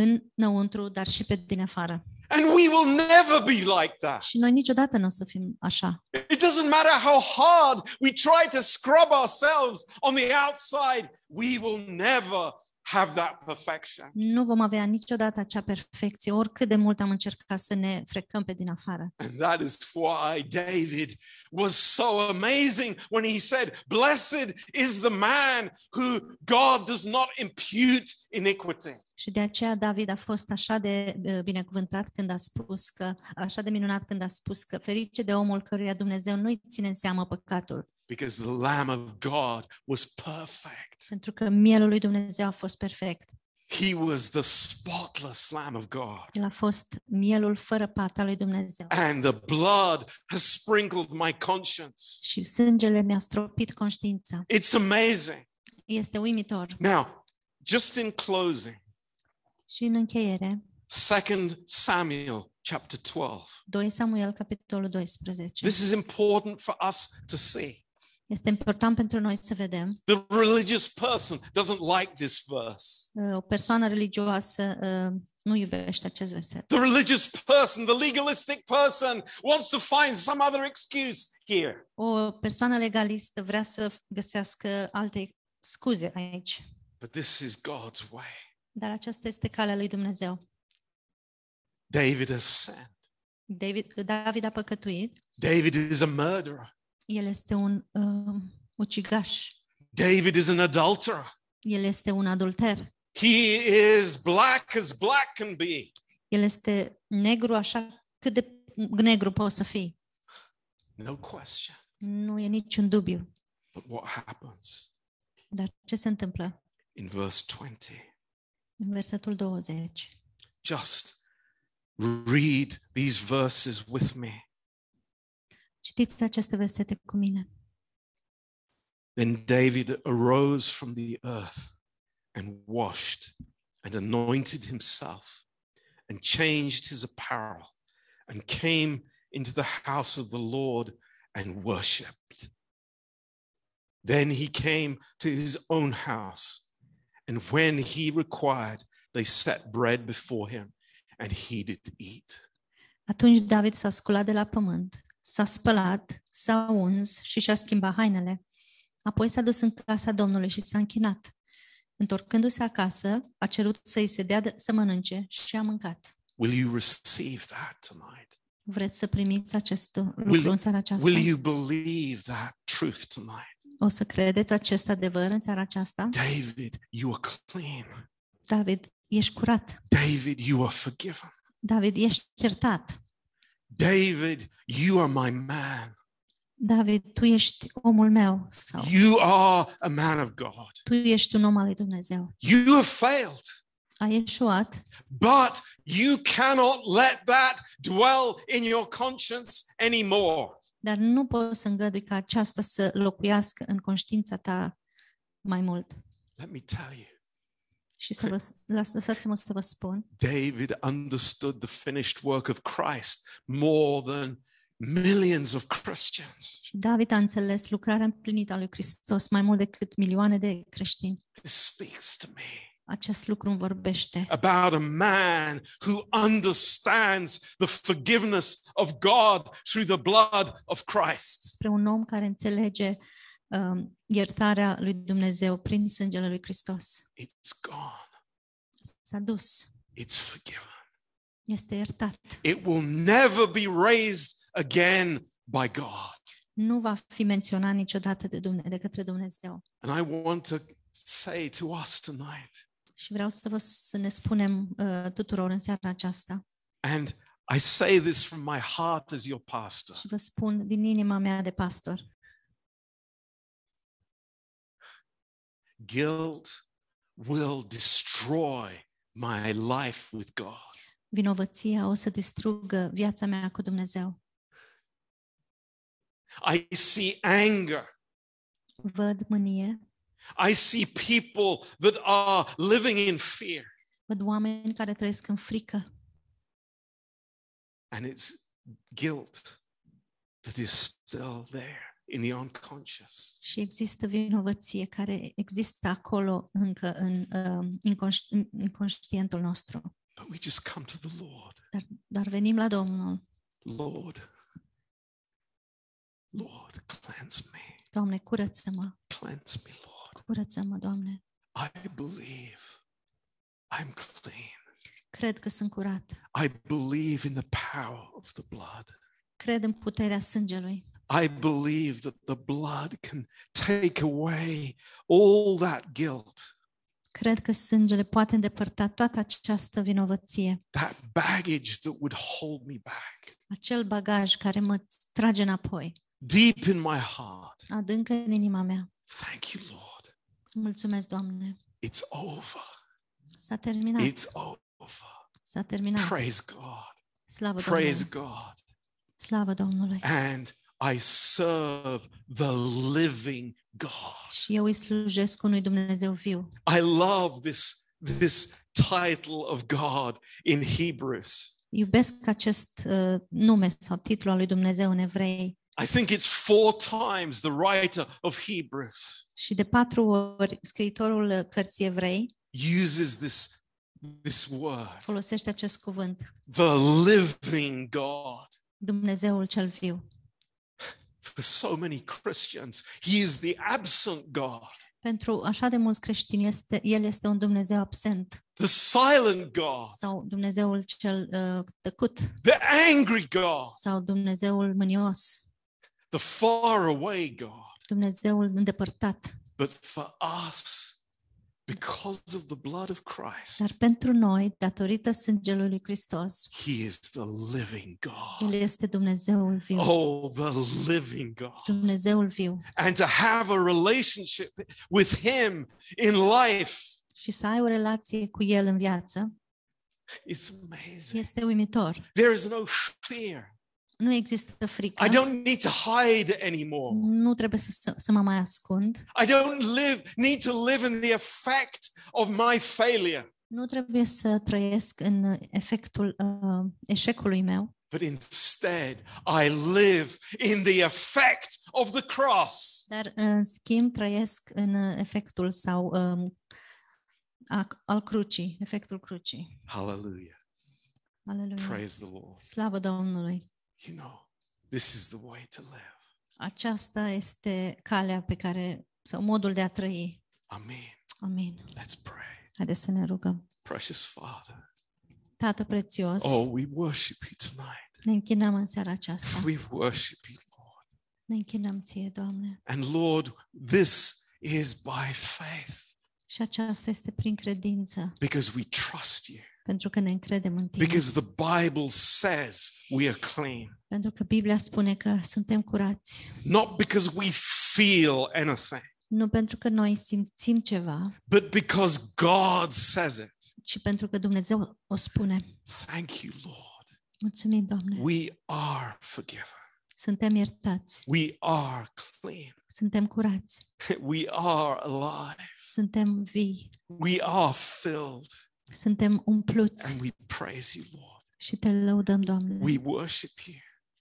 [SPEAKER 2] înăuntru, dar și pe din afară.
[SPEAKER 1] And we will never be like that.
[SPEAKER 2] Și noi niciodată nu o să fim așa.
[SPEAKER 1] It doesn't matter how hard we try to scrub ourselves on the outside, we will never have that perfection.
[SPEAKER 2] Nu vom avea niciodată acea perfecție, oricât de mult am încercat să ne frecăm pe din afară.
[SPEAKER 1] And that is why David was so amazing when he said, Blessed is the man who God does not impute iniquity.
[SPEAKER 2] Și de aceea David a fost așa de uh, binecuvântat când a spus că, așa de minunat când a spus că ferice de omul căruia Dumnezeu nu-i ține în seamă păcatul,
[SPEAKER 1] Because the Lamb of God was perfect.
[SPEAKER 2] pentru că mielul lui Dumnezeu a fost perfect.
[SPEAKER 1] He was the spotless Lamb of God.
[SPEAKER 2] El a fost mielul fără pata lui Dumnezeu.
[SPEAKER 1] And the blood has sprinkled my conscience.
[SPEAKER 2] Și sângele mi-a stropit conștiința.
[SPEAKER 1] It's amazing.
[SPEAKER 2] Este uimitor.
[SPEAKER 1] Now, just in closing,
[SPEAKER 2] Și în încheiere,
[SPEAKER 1] 2 Samuel chapter 12.
[SPEAKER 2] 2 Samuel, capitolul 12.
[SPEAKER 1] This is important for us to see.
[SPEAKER 2] Este important pentru noi să vedem.
[SPEAKER 1] The religious person doesn't like this verse.
[SPEAKER 2] Uh, O persoană religioasă uh, nu iubește acest verset.
[SPEAKER 1] The religious person, the legalistic person, wants to find some other excuse here.
[SPEAKER 2] O persoană legalistă vrea să găsească alte scuze aici.
[SPEAKER 1] But this is God's way.
[SPEAKER 2] Dar aceasta este calea lui Dumnezeu.
[SPEAKER 1] David has sinned.
[SPEAKER 2] David, David a păcătuit.
[SPEAKER 1] David is a murderer.
[SPEAKER 2] El este un uh, ucigaș.
[SPEAKER 1] David is an adulterer.
[SPEAKER 2] El este un adulter.
[SPEAKER 1] He is black as black can be.
[SPEAKER 2] El este negru așa cât de negru poți să fii.
[SPEAKER 1] No question.
[SPEAKER 2] Nu e niciun dubiu.
[SPEAKER 1] But what happens
[SPEAKER 2] Dar ce se întâmplă?
[SPEAKER 1] in verse 20?
[SPEAKER 2] În versetul 20.
[SPEAKER 1] Just read these verses with me.
[SPEAKER 2] Citiți aceste versete cu mine.
[SPEAKER 1] Then David arose from the earth and washed and anointed himself and changed his apparel and came into the house of the Lord and worshiped. Then he came to his own house, and when he required, they set bread before him, and he did eat.
[SPEAKER 2] Atunci David s-a sculat de la pământ, s-a spălat, s-a uns și și-a schimbat hainele. Apoi s-a dus în casa Domnului și s-a închinat. Întorcându-se acasă, a cerut să-i se dea de- să mănânce și a mâncat.
[SPEAKER 1] Will you receive that tonight?
[SPEAKER 2] Vreți să primiți acest lucru
[SPEAKER 1] Will-
[SPEAKER 2] în seara aceasta?
[SPEAKER 1] Will you believe that truth tonight?
[SPEAKER 2] O să credeți acest adevăr în seara aceasta?
[SPEAKER 1] David, you are clean.
[SPEAKER 2] David, ești curat.
[SPEAKER 1] David, you are forgiven.
[SPEAKER 2] David, ești certat.
[SPEAKER 1] David, you are my man.
[SPEAKER 2] David, tu ești omul meu sau
[SPEAKER 1] You are a man of God.
[SPEAKER 2] tu ești un om al lui Dumnezeu.
[SPEAKER 1] You have failed,
[SPEAKER 2] Ai eșuat,
[SPEAKER 1] but you cannot let that dwell in your conscience anymore.
[SPEAKER 2] dar nu poți să îngădui ca aceasta să locuiască în conștiința ta mai mult.
[SPEAKER 1] Let me tell you,
[SPEAKER 2] Și să vă, las- lăsați-mă să vă spun,
[SPEAKER 1] David understood the finished work of Christ more than millions of Christians.
[SPEAKER 2] și David a înțeles lucrarea împlinită a lui Hristos mai mult decât milioane de creștini.
[SPEAKER 1] This speaks to me.
[SPEAKER 2] Acest lucru îmi vorbește
[SPEAKER 1] about a man who understands the forgiveness of God through the blood of Christ.
[SPEAKER 2] spre un om care înțelege um, iertarea lui Dumnezeu prin sângele lui Hristos.
[SPEAKER 1] It's gone,
[SPEAKER 2] S-a dus,
[SPEAKER 1] it's forgiven.
[SPEAKER 2] este iertat,
[SPEAKER 1] It will never be raised again by God.
[SPEAKER 2] nu va fi menționat niciodată de, Dumne- de către Dumnezeu.
[SPEAKER 1] And I want to say to us tonight,
[SPEAKER 2] Și vreau să, vă, să ne spunem uh, tuturor în seara aceasta
[SPEAKER 1] and I say this from my heart as your pastor
[SPEAKER 2] și vă spun din inima mea de pastor,
[SPEAKER 1] guilt will destroy my life with God.
[SPEAKER 2] vinovăția o să distrugă viața mea cu Dumnezeu.
[SPEAKER 1] I see anger
[SPEAKER 2] Văd mânie,
[SPEAKER 1] I see people that are living in fear,
[SPEAKER 2] văd oameni care trăiesc în frică
[SPEAKER 1] and it's guilt that is still there in the unconscious.
[SPEAKER 2] și există vinovăție care există acolo încă în uh, inconș- în inconștientul nostru.
[SPEAKER 1] But we just come to the Lord.
[SPEAKER 2] Dar, dar venim la Domnul.
[SPEAKER 1] Lord, Lord, cleanse me.
[SPEAKER 2] Doamne, curăță-mă,
[SPEAKER 1] Cleanse me, Lord.
[SPEAKER 2] curăță-mă, Doamne.
[SPEAKER 1] I believe I'm clean.
[SPEAKER 2] Cred că sunt curat.
[SPEAKER 1] I believe in the power of the blood.
[SPEAKER 2] Cred în puterea sângelui.
[SPEAKER 1] I believe that the blood can take away all that guilt,
[SPEAKER 2] Cred că sângele poate îndepărta toată această vinovăție,
[SPEAKER 1] that baggage that would hold me back
[SPEAKER 2] acel bagaj care mă trage înapoi,
[SPEAKER 1] deep in my heart.
[SPEAKER 2] adânc în inima mea.
[SPEAKER 1] Thank you, Lord.
[SPEAKER 2] Mulțumesc, Doamne.
[SPEAKER 1] It's over.
[SPEAKER 2] S-a terminat.
[SPEAKER 1] It's over.
[SPEAKER 2] S-a terminat.
[SPEAKER 1] Praise God.
[SPEAKER 2] Slavă
[SPEAKER 1] Praise Ah.
[SPEAKER 2] Domnului.
[SPEAKER 1] God.
[SPEAKER 2] Slavă Domnului.
[SPEAKER 1] And I serve the living God.
[SPEAKER 2] Și eu îi slujesc unui Dumnezeu viu.
[SPEAKER 1] I love this, this title of God in Hebrews.
[SPEAKER 2] Iubesc acest uh, nume sau titlu al lui Dumnezeu în evrei.
[SPEAKER 1] I think it's four times the writer of Hebrews
[SPEAKER 2] Și de patru ori, scriitorul uh, cărții evrei
[SPEAKER 1] uses this, this word,
[SPEAKER 2] folosește acest cuvânt,
[SPEAKER 1] the living God.
[SPEAKER 2] Dumnezeul cel viu.
[SPEAKER 1] For so many Christians, he is the absent God,
[SPEAKER 2] Pentru așa de mulți creștini, este, el este un Dumnezeu absent
[SPEAKER 1] the silent God,
[SPEAKER 2] sau Dumnezeul cel uh, tăcut
[SPEAKER 1] the angry God,
[SPEAKER 2] sau Dumnezeul mânios,
[SPEAKER 1] the faraway God.
[SPEAKER 2] Dumnezeul îndepărtat.
[SPEAKER 1] But for us, because of the blood of
[SPEAKER 2] Dar
[SPEAKER 1] Christ,
[SPEAKER 2] pentru noi, datorită sângelui lui Hristos,
[SPEAKER 1] He is the living
[SPEAKER 2] El
[SPEAKER 1] God.
[SPEAKER 2] este Dumnezeul viu.
[SPEAKER 1] Oh, the living God.
[SPEAKER 2] Dumnezeul viu.
[SPEAKER 1] And to have a relationship with Him in life
[SPEAKER 2] Și să ai o relație cu El în viață
[SPEAKER 1] is amazing.
[SPEAKER 2] este uimitor.
[SPEAKER 1] There is no fear.
[SPEAKER 2] Nu există frică.
[SPEAKER 1] I don't need to hide anymore.
[SPEAKER 2] Nu trebuie să, să, să mă mai ascund.
[SPEAKER 1] I don't live need to live in the effect of my failure,
[SPEAKER 2] Nu trebuie să trăiesc în uh, efectul uh, eșecului meu,
[SPEAKER 1] but instead I live in the effect of the cross.
[SPEAKER 2] dar uh, în schimb trăiesc în uh, efectul sau um, a, al crucii, efectul crucii.
[SPEAKER 1] Hallelujah.
[SPEAKER 2] Aleluia.
[SPEAKER 1] Praise the Lord.
[SPEAKER 2] Slavă Domnului!
[SPEAKER 1] You know, this is the way to live.
[SPEAKER 2] Aceasta este calea pe care, sau modul de a trăi.
[SPEAKER 1] Amen.
[SPEAKER 2] Amin.
[SPEAKER 1] Let's pray.
[SPEAKER 2] Haideți să ne rugăm.
[SPEAKER 1] Precious Father.
[SPEAKER 2] Tată prețios,
[SPEAKER 1] Oh, we worship you tonight.
[SPEAKER 2] ne închinăm în seara aceasta.
[SPEAKER 1] We worship you, Lord.
[SPEAKER 2] Ne închinăm ție, Doamne.
[SPEAKER 1] And Lord, this is by faith
[SPEAKER 2] Și aceasta este prin credință,
[SPEAKER 1] because we trust you.
[SPEAKER 2] pentru că ne încredem în tine.
[SPEAKER 1] Because the Bible says we are clean,
[SPEAKER 2] Pentru că Biblia spune că suntem curați.
[SPEAKER 1] not because we feel anything,
[SPEAKER 2] Nu pentru că noi simțim ceva,
[SPEAKER 1] but because God says it.
[SPEAKER 2] ci pentru că Dumnezeu o spune.
[SPEAKER 1] Thank you, Lord.
[SPEAKER 2] Mulțumim, Doamne.
[SPEAKER 1] We are forgiven.
[SPEAKER 2] Suntem iertați,
[SPEAKER 1] We are clean.
[SPEAKER 2] suntem curați,
[SPEAKER 1] We are alive.
[SPEAKER 2] suntem vii,
[SPEAKER 1] We are filled
[SPEAKER 2] suntem umpluți
[SPEAKER 1] and we praise you, Lord.
[SPEAKER 2] și te lăudăm, Doamne.
[SPEAKER 1] We worship you.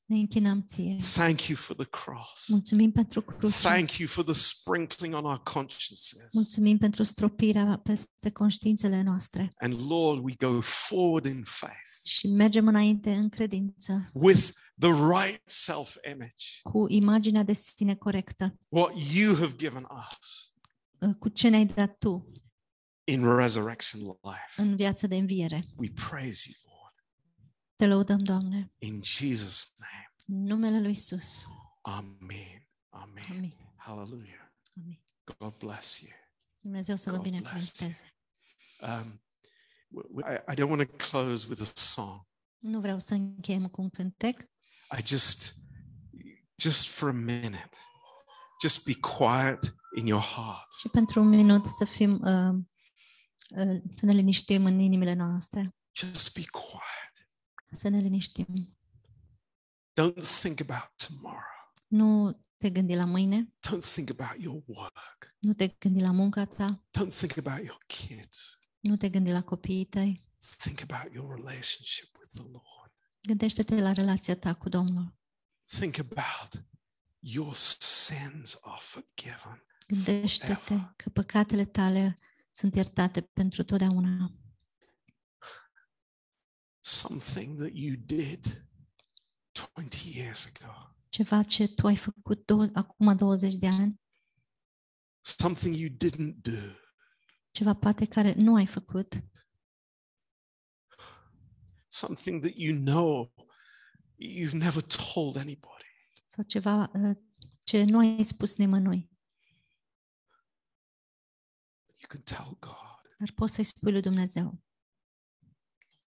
[SPEAKER 2] Ne închinăm ție.
[SPEAKER 1] Thank you for the cross.
[SPEAKER 2] Mulțumim pentru cruce.
[SPEAKER 1] Thank you for the sprinkling on our consciences.
[SPEAKER 2] Mulțumim pentru stropirea peste conștiințele noastre
[SPEAKER 1] And Lord, we go forward in faith
[SPEAKER 2] și mergem înainte în credință
[SPEAKER 1] with the right self image,
[SPEAKER 2] cu imaginea de sine corectă, Uh,
[SPEAKER 1] what you have given us
[SPEAKER 2] cu ce ne-ai dat tu
[SPEAKER 1] in resurrection life.
[SPEAKER 2] în viața de înviere.
[SPEAKER 1] We praise you, Lord,
[SPEAKER 2] Te lăudăm, Doamne,
[SPEAKER 1] in Jesus' name.
[SPEAKER 2] în numele lui Isus.
[SPEAKER 1] Amen. Amen.
[SPEAKER 2] Amin.
[SPEAKER 1] Hallelujah.
[SPEAKER 2] Amin.
[SPEAKER 1] God bless you.
[SPEAKER 2] Dumnezeu să vă
[SPEAKER 1] God bless
[SPEAKER 2] binecuvânteze.
[SPEAKER 1] Um, w- w- I, I don't want to close with a song.
[SPEAKER 2] Nu vreau să încheiem cu un cântec.
[SPEAKER 1] I just, just for a minute, just be quiet in your heart.
[SPEAKER 2] Și pentru un minut să fim, uh, uh, să ne liniștim în inimile noastre,
[SPEAKER 1] Just be quiet.
[SPEAKER 2] să ne liniștim.
[SPEAKER 1] Don't think about tomorrow.
[SPEAKER 2] Nu te gândi la mâine,
[SPEAKER 1] Don't think about your work.
[SPEAKER 2] nu te gândi la munca ta,
[SPEAKER 1] Don't think about your kids.
[SPEAKER 2] nu te gândi la copiii tăi.
[SPEAKER 1] Think about your relationship with the Lord.
[SPEAKER 2] Gândește-te la relația ta cu Domnul.
[SPEAKER 1] Think about your sins are forgiven.
[SPEAKER 2] Gândește-te că păcatele tale sunt iertate pentru totdeauna.
[SPEAKER 1] Something that you did 20 years ago,
[SPEAKER 2] Ceva ce tu ai făcut dou- acum 20 de ani,
[SPEAKER 1] something you didn't do.
[SPEAKER 2] ceva poate care nu ai făcut,
[SPEAKER 1] something that you know you've never told anybody.
[SPEAKER 2] sau ceva uh, ce nu ai spus nimănui,
[SPEAKER 1] You can tell God,
[SPEAKER 2] dar poți să-i spui lui Dumnezeu,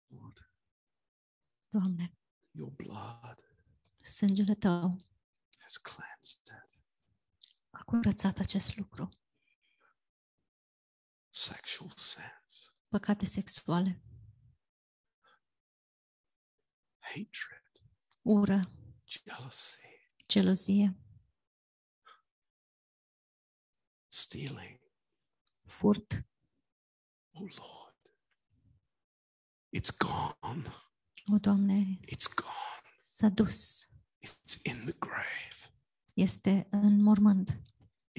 [SPEAKER 1] Lord,
[SPEAKER 2] Doamne,
[SPEAKER 1] your blood
[SPEAKER 2] sângele Tău
[SPEAKER 1] has cleansed it.
[SPEAKER 2] a curățat acest lucru,
[SPEAKER 1] Sexual sins,
[SPEAKER 2] păcate sexuale,
[SPEAKER 1] hatred,
[SPEAKER 2] ură,
[SPEAKER 1] jealousy,
[SPEAKER 2] gelozie,
[SPEAKER 1] stealing.
[SPEAKER 2] furt.
[SPEAKER 1] Oh Lord, it's gone.
[SPEAKER 2] O, Doamne,
[SPEAKER 1] It's gone.
[SPEAKER 2] s-a dus,
[SPEAKER 1] It's in the grave.
[SPEAKER 2] este în mormânt,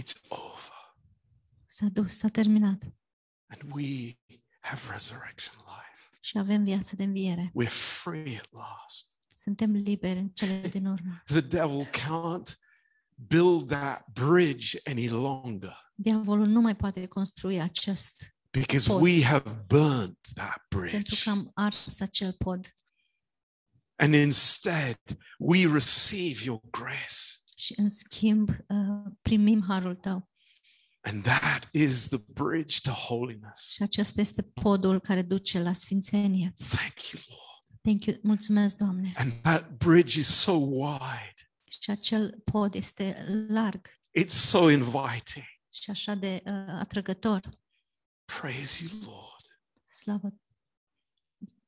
[SPEAKER 1] It's over.
[SPEAKER 2] s-a dus, s-a terminat
[SPEAKER 1] And we have resurrection life.
[SPEAKER 2] și avem viață de înviere.
[SPEAKER 1] We're free at last.
[SPEAKER 2] Suntem liberi în cele din urmă.
[SPEAKER 1] The devil can't build that bridge any longer
[SPEAKER 2] Diavolul nu mai poate construi acest
[SPEAKER 1] because
[SPEAKER 2] Pod.
[SPEAKER 1] we have burnt that
[SPEAKER 2] pentru
[SPEAKER 1] bridge.
[SPEAKER 2] că am ars acel pod
[SPEAKER 1] And instead, we receive your grace.
[SPEAKER 2] și în schimb uh, primim harul tău.
[SPEAKER 1] And that is the bridge to holiness.
[SPEAKER 2] Și acesta este podul care duce la sfințenie.
[SPEAKER 1] Thank you, Lord.
[SPEAKER 2] Thank you. Mulțumesc, Doamne.
[SPEAKER 1] And that bridge is so wide,
[SPEAKER 2] Și acel pod este larg
[SPEAKER 1] it's so inviting.
[SPEAKER 2] și așa de uh, atrăgător.
[SPEAKER 1] Praise you, Lord.
[SPEAKER 2] Slavă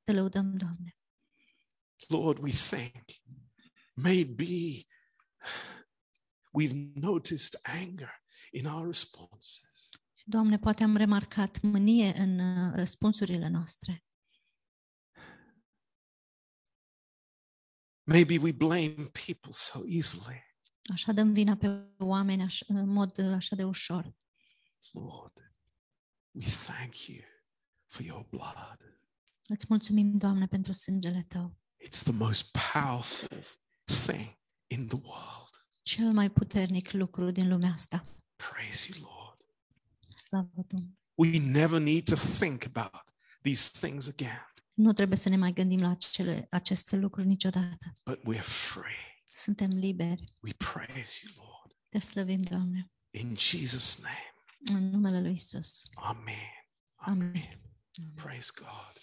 [SPEAKER 2] te lăudăm, Doamne.
[SPEAKER 1] Lord, we think maybe we've noticed anger in our responses.
[SPEAKER 2] Și, Doamne, poate am remarcat mânie în uh, răspunsurile noastre.
[SPEAKER 1] Maybe we blame people so easily.
[SPEAKER 2] Așa dăm vina pe oameni aș, în mod uh, așa de ușor.
[SPEAKER 1] Lord, we thank you for your blood.
[SPEAKER 2] Îți mulțumim, Doamne, pentru sângele Tău.
[SPEAKER 1] It's the most powerful thing in the world.
[SPEAKER 2] Cel mai puternic lucru din lumea asta.
[SPEAKER 1] Praise you, Lord.
[SPEAKER 2] Slavă Domnului!
[SPEAKER 1] We never need to think about these things again,
[SPEAKER 2] Nu trebuie să ne mai gândim la acele, aceste lucruri niciodată.
[SPEAKER 1] but we're free.
[SPEAKER 2] Suntem liberi.
[SPEAKER 1] We praise you, Lord.
[SPEAKER 2] Te slăvim, Doamne,
[SPEAKER 1] In Jesus' name,
[SPEAKER 2] în numele Lui Isus.
[SPEAKER 1] Amen.
[SPEAKER 2] Amen.
[SPEAKER 1] Praise God.